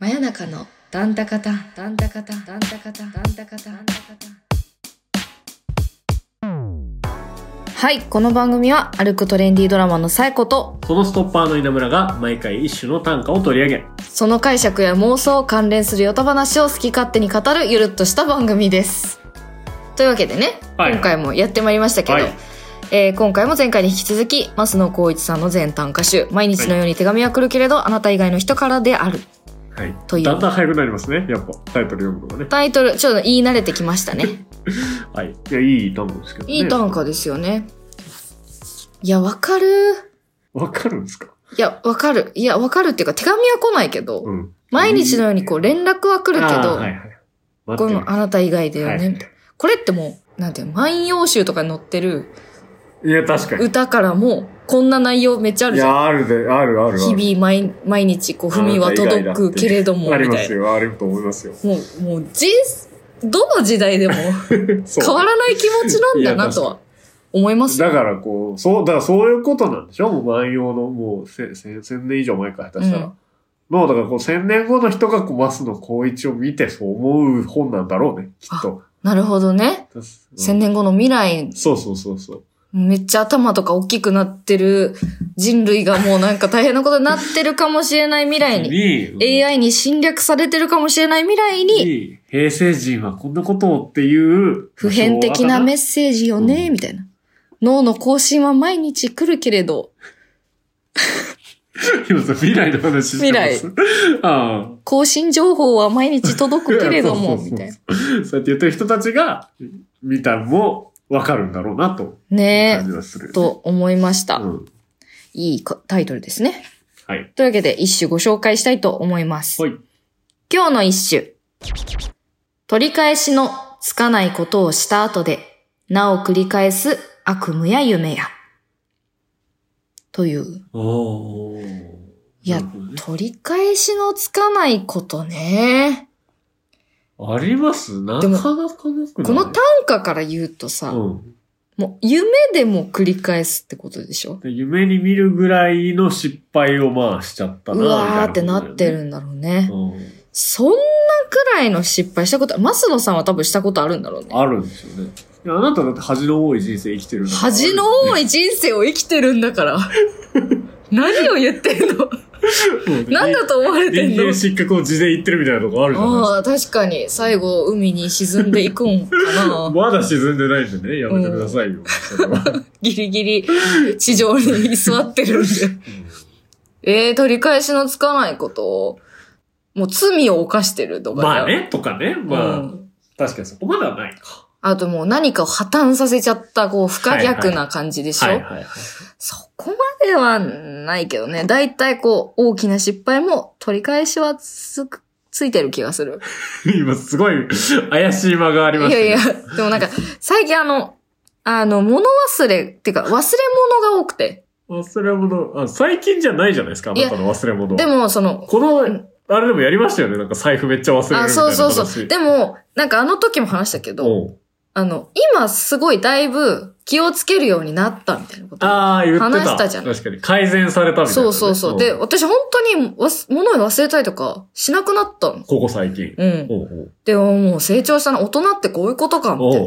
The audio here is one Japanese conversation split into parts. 真夜中のダンタカタンダンタカタンダンタカタンダンタカタンダンタカタンはいこの番組は歩くトレンディードラマのサエコとそのストッパーの稲村が毎回一種の短歌を取り上げ、その解釈や妄想関連するヨタ話を好き勝手に語るゆるっとした番組ですというわけでね、はい今回もやってまいりましたけど、はいえー今回も前回に引き続き増野光一さんの全短歌集「毎日のように手紙は来るけれど、あなた以外の人からであるはい、というだんだん早くなりますねやっぱタイトル読むのが」ねタイトルちょっと言い慣れてきましたねはいいやいい短歌ですけどねいい短歌ですよねいやわかるわかるんですかいやわかるいやわかるっていうか手紙は来ないけど、うん毎日のようにこう連絡は来るけあど、ーはいはい待こっれてもあなた以外だよね、はいみたいな。これってもう、なんていうの、万葉集とかに載ってるるいや確かに歌からも、こんな内容めっちゃあるいじゃん。やあるであるあるある日々毎、毎日、こう、踏みは届くけれども、ありみまたいすな。よあると思いますよもう、もう、人生、どの時代でも変 そうわらない気持ちなんだなとは思いますよ。だからこうそうだからそういうことなんでしょもう万葉のもうせせ千年以上前から下手したら、うんもうだからこう千年後の人がこう増野光一を見てそう思う本なんだろうねきっと、なるほどね。うん千年後の未来、そうそうそうそうめっちゃ頭とか大きくなってる人類がもうなんか大変なことになってるかもしれない未来に、に AI に侵略されてるかもしれない未来に、に平成人はこんなことをっていう普遍的なメッッセージよね、うんみたいな。脳の更新は毎日来るけれど、セージ未来の話してます未あ更新情報は毎日届くけれど そうも、そうそうみたいな。あそうやって言ってる人たちが見たのもわかるんだろうなというね感じがする、え、と思いました。うんいいかタイトルですね。はいというわけで一首ご紹介したいと思います。はい今日の一首。取り返しのつかないことをした後で、なお繰り返す悪夢や夢や。という。おいや、取り返しのつかないことね。ありますなでかもなかなくないこの短歌から言うとさ、うんもう夢でも繰り返すってことでしょで夢に見るぐらいの失敗をまあしちゃったなうわーってなってるみんだろうね。たいなことだよね、そんなくらいの失敗したこと、マスノさんは多分したことあるんだろううん、ね。あるんですよねいやあなただって恥の多い人生生きてるんだから恥の多い人生を生きてるんだから。何を言ってんの 何だと思われてん人の間失格を自で言ってるみたいなとこあるじゃないですああ、確かに最後海に沈んでいくんかか。な。まだ沈んでないんでね、やめてくださいよ。それは。 ギリギリ地上に居座ってるんで。えー、取り返しのつかないことを、もう罪を犯してるとかじゃんまあ。ね、とかね、まあ、うん確かにそこまではないか。あともう何かを破綻させちゃった、こう、不可逆な感じでしょ、はい はいはい。そこまではないけどね。だいたいこう、大きな失敗も取り返しはつく、ついてる気がする。今すごい怪しい間がありまいしたやね。いや、でもなんか、最近あの、あの、物忘れ、っていうか、忘れ物が多くて。忘れ物、あ、最近じゃないじゃないですか、あいやなたの忘れ物。で、も、その、こんの、あれでもやりましたよね、なんか財布めっちゃ忘れるみたいなあ、話。そうそうそう。でも、なんかあの時も話したけど、おうあの、今すごいだいぶ気をつけるようになったみたいなこと。ああ、言ってた。話したじゃん確かに。改善されたみたいなね、そうそうそう。んで、、私本当にわす物を忘れたりとかしなくなったの。ここ最近。うん。おうでももう成長したな。大人ってこういうことか、おみうたいお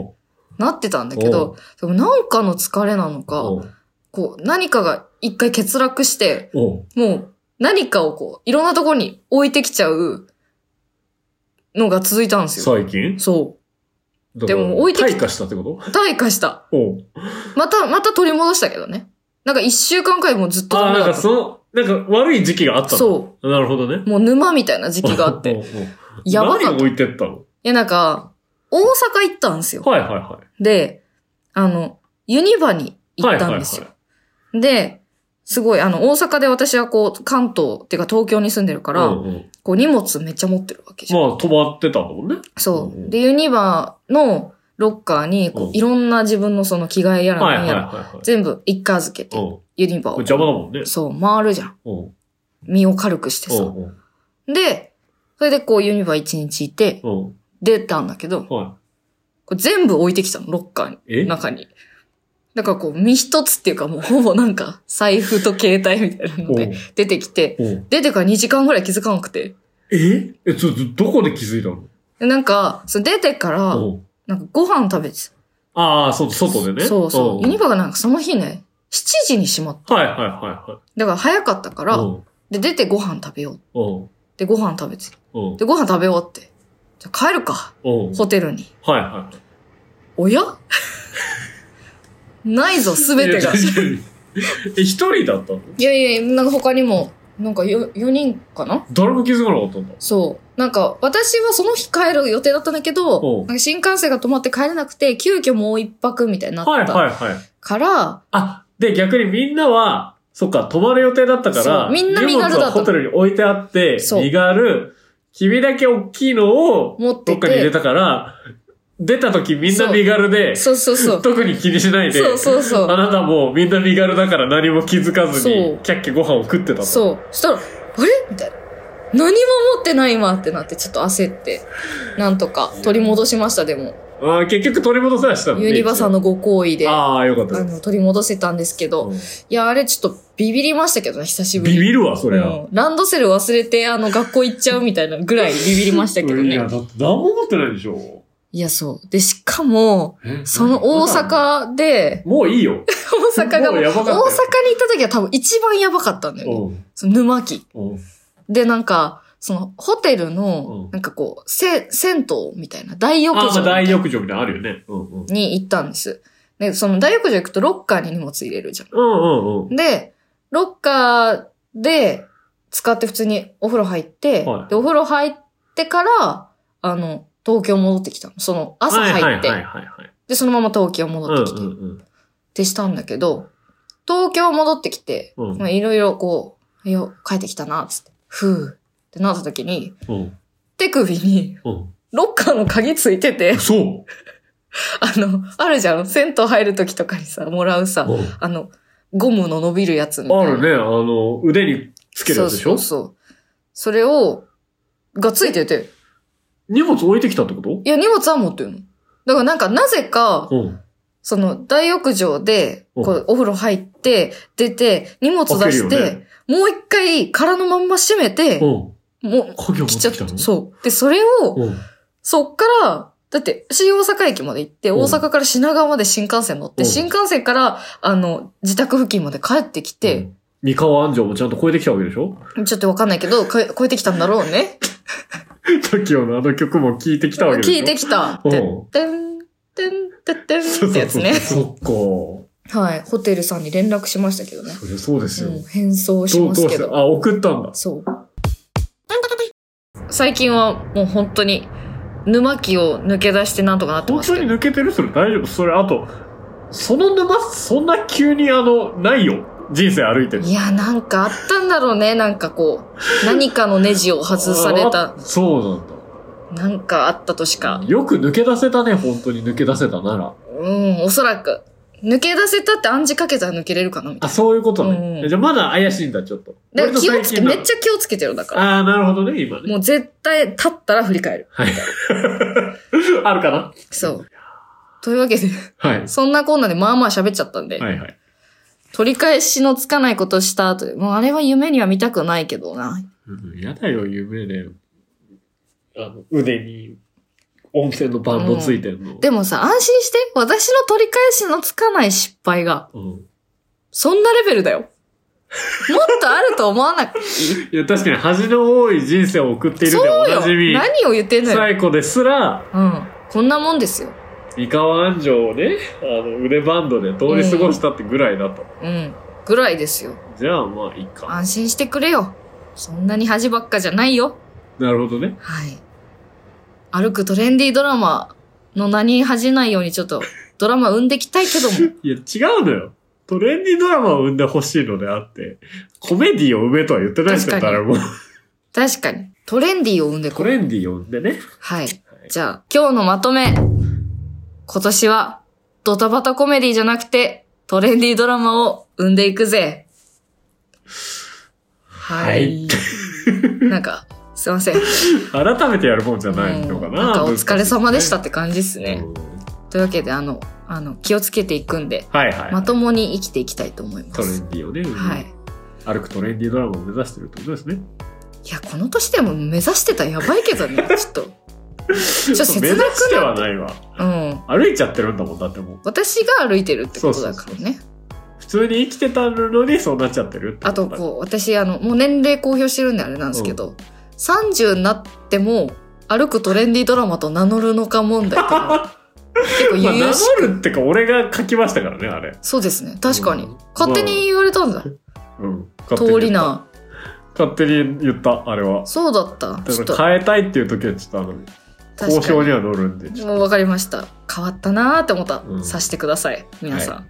なう。なってたんだけど、でもなんかの疲れなのか、おうこう何かが一回欠落して、おうもう何かをこう、いろんなところに置いてきちゃうのが続いたんですよ。最近そででも置いてき退化したってことう。退化した。おうまた、また取り戻したけどね。なんか一週間くらいもうずっとあダあ、メなんだかった。その、なんか悪い時期があったの。そうなるほどね。もう沼みたいな時期があっおうて。おうやばかった 何を置いてったのいや、なんか、大阪行ったんですよ。はいはいはで、あの、ユニバにい。行ったんですよ。で、すごい、あの、大阪で私はこう、関東っていうか東京に住んでるか、からうんうん、こう、荷物めっちゃ持ってるわけじゃん。まあ、止まってたもんね。そうんうう。んで、ユニバのロッカーに、こうう、んいろんな自分のその着替えやらはいは何いはやいら、はい。全部一家預けて、うん。ユニバを。邪魔だもんね。そう、回るじゃん。うん。身を軽くしてさ。うんで、それでこう、ユニバ一日いて、うん。うん出たんだけど、はこう全部置いてきたの、ロッカーに。い。え中に。だからこう、身一つっていうかもうほぼなんか、財布と携帯みたいなのでおう出てきて、うん出てから2時間ぐらい気づかなくて。えええ、ちょ、どどこで気づいたのでなんか、そう出てから、うんなんかご飯食べてああ、そう、外でた。ね。そうそう。ユんニバがなんかその日ね、7時に閉まった。はいはいはだから早かったかいはら、い。うんで、出てご飯食べよう。うんで、ご飯食べて。うんで、ご飯食べ終わって。じゃあ帰るか。うんホテルに。はいはお やないぞ、すい。べてがいや。確かにえ、一人だったのいやいや、なんか他にも、なんか 4, 4人かな誰も気づかなかったんだ。そう。なんか、私はその日帰る予定だったんだけど、おうなんか新幹線が止まって帰れなくて、急遽もう一泊みたいになはいっはたいはい。から、あ、で、逆にみんなは、そっか、泊まる予定だったかそら、うみんな身軽だった荷物はホテルに置いてあって、そう身軽、君だけ大きいのを、持っどてっかに入れて、たから、出た時みんな身軽で、そうそうそう。特に気にしないで、そうそうそあう。なたもみんな身軽だから何も気づかずそにう、キャッキャご飯を食ってたと。そう。そしたら、あれみたいな。何も持ってない今ってなって、ちょっと焦って、なんとか取り戻しました、でも。あー結局取り戻されしたのねユニバさんのご好意で、あああ、よかったです。の、取り戻せたんですけど、いや、あれちょっとビビりましたけどね、久しぶりビに。ビるわ、そりゃ。うんランドセル忘れて、あの、学校行っちゃうみたいなぐらいビビりましたけどいや、ね。だって何も持ってないでしょ。いや、そう。で、しかも、えその大。阪で、もういいよ。大阪がも大阪うにや行っばかったよた時は多分一番やばかったんだよね。うんその沼木。うんで、なんか、その、ホテルうのん、なんかこう、せ、銭湯みたいな、大浴あーまあ場大浴場みたいなのあるよね。うんうん。に行ったんです。で、その大浴場行くとロッカーに荷物入れるじゃうんうんうん。ん。で、ロッカーで使って普通にお風呂入って、はいで、お風呂入ってから、あの、東京戻ってきたの。その、朝入って、はいはいはいはいで、そのまま東京戻ってはい。きて、うんうんってしたんだけど、東京戻ってきて、うん。まあいろいろこう、いや、帰ってきたな、つって、ふうってなった時に、うん手首に、うん。ロッカーの鍵ついてて、 そう。あの、あるじゃん。銭湯入る時とかにさ、もらうさ、うんあの、ゴムの伸びるやつみたいあな。るね、あの、腕につけるやつでしょそうそうそう。それを、がついてて、荷物置いてきたってこといや、荷物は持ってるの。だからなんか、なぜか、うん。その、大浴場で、こう、お風呂入って、出て、荷物出し開けるて、よねもう一回、空のまんま閉めて、うん。もう、鍵を持来っちゃってきたたのう。そう。で、それを、うん。そっから、だって、新大阪駅まで行って、うん大阪から品川まで新幹線乗って、うん新幹線から、あの、自宅付近まで帰ってきうて、ん、三河安城もちゃんと超えてきたわけでしょちょっとわかんないけど、か超えてきたんだろうね。 ?TOKIO のあの曲も聴いてきたわけでしょ聞いてきた。うんてん、てん、てん、てんてんってやつね。 そうそうそうはい。ホテルさんに連絡しましたけどねそっ。か。そりゃそうですよ。うん、返送しどまうどすうけしどた。あ、送ったんだ。そう。最近はもう本当に沼木を抜け出してなんとかなって本ます当けにど。抜けてるそれ大丈夫それあと、その沼、そんな急にあの、ないよ。人生歩いてる。いや、なんかあったんだろうね。なんかこう、何かのネジを外されたあ。。そうなんだ。なんかあったとしか。よく抜け出せたね、本当に抜け出せたなら。うん、おそらく。抜け出せたって暗示かけたら抜けれるかなみたあ、いそういうことうんね。えじゃあまだ怪しいんだ、ちょっと。な。だから気をつけ、めっゃ。ちゃ気をつけてるだから。ああー、なるほどね、今ね。もう絶対立ったら振り返る。はい。あるかなそう。というわけで、はい。そんなこんなでまあまあ喋っちゃったんで、はいはい。取り返しのつかないことした後で、もうあれは夢には見たくないけどな。うんやだよ、夢で。あの、腕に、温泉のバンドついてんの。でもさ、安心して。私の取り返しのつかない失敗が、うん。そんなレベルだよ。もっとあると思わなくて。いや、確かに恥の多い人生を送っているでそうおよなじみ。何を言ってんのよ。サイコですら、うん。こんなもんですよ。三河安城をね、あの、腕バンドで通り過ごしたってぐらいだった。うん。ぐらいですよ。じゃあ、まあ、いいか。安心してくれよ。そんなに恥ばっかじゃないよ。なるほどね。はい。歩くトレンディードラマの名に恥じないようにちょっとドラマ生んできたいけども。いや、違うのよ。トレンディードラマを生んでほしいのであって、コメディを埋めとは言ってないですよ、確かに誰も。確かに。トレンディーを生んでトこれ。レンディーを生んでね。はい。じゃあ、今日のまとめ。今年は、ドタバタコメディじゃなくて、トレンディードラマを生んでいくぜ。はい。 なんか、すいません。改めてやるもんじゃないのかな。うんんかお疲れ様でしたって感じです難しねいで。すね。うんというわけで、あの、あの、気をつけていくんで、はいはい。まともに生きていきたいと思いまトレす。ンディーをね、生んではい。歩くトレンディードラマを目指してるってことですね。いや、この年でも目指してたらやばいけどね、ちょっと。ち ょっと切目な指くしてなはないわ。うん。歩いちゃってるんだもん、だってもう。私が歩いてるってことだからね。普通に生きてたのにそうなっちゃってるってあと、だからこう、私、あの、もう年齢公表してるんであれなんですけど、30になっても、歩くトレンディードラマと名乗るのか問 題とか、結構まあ、言名うし、乗るってか、俺が書きましたからね、あれ。そうですね。確かにうん。勝手に言われたんだ。うん。勝手に通り。な。勝手に言った、あれは。そうだった。ちょだっかと、ら変えたいっていう時はちょっとあの、交確渉かには乗るんで。に。もう分かりました。変わったなーって思った。うんさしてください。皆さん。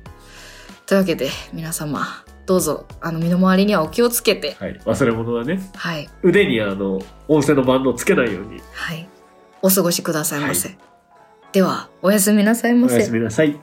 というわけで、皆様、どうぞ、あの、身の回りにはお気をつけて、はい。忘れ物はね、はい。腕にあの、音声のバンドをつけないように。はい。お過ごしくださいませ。では、おやすみなさいまおやせす。みなさい。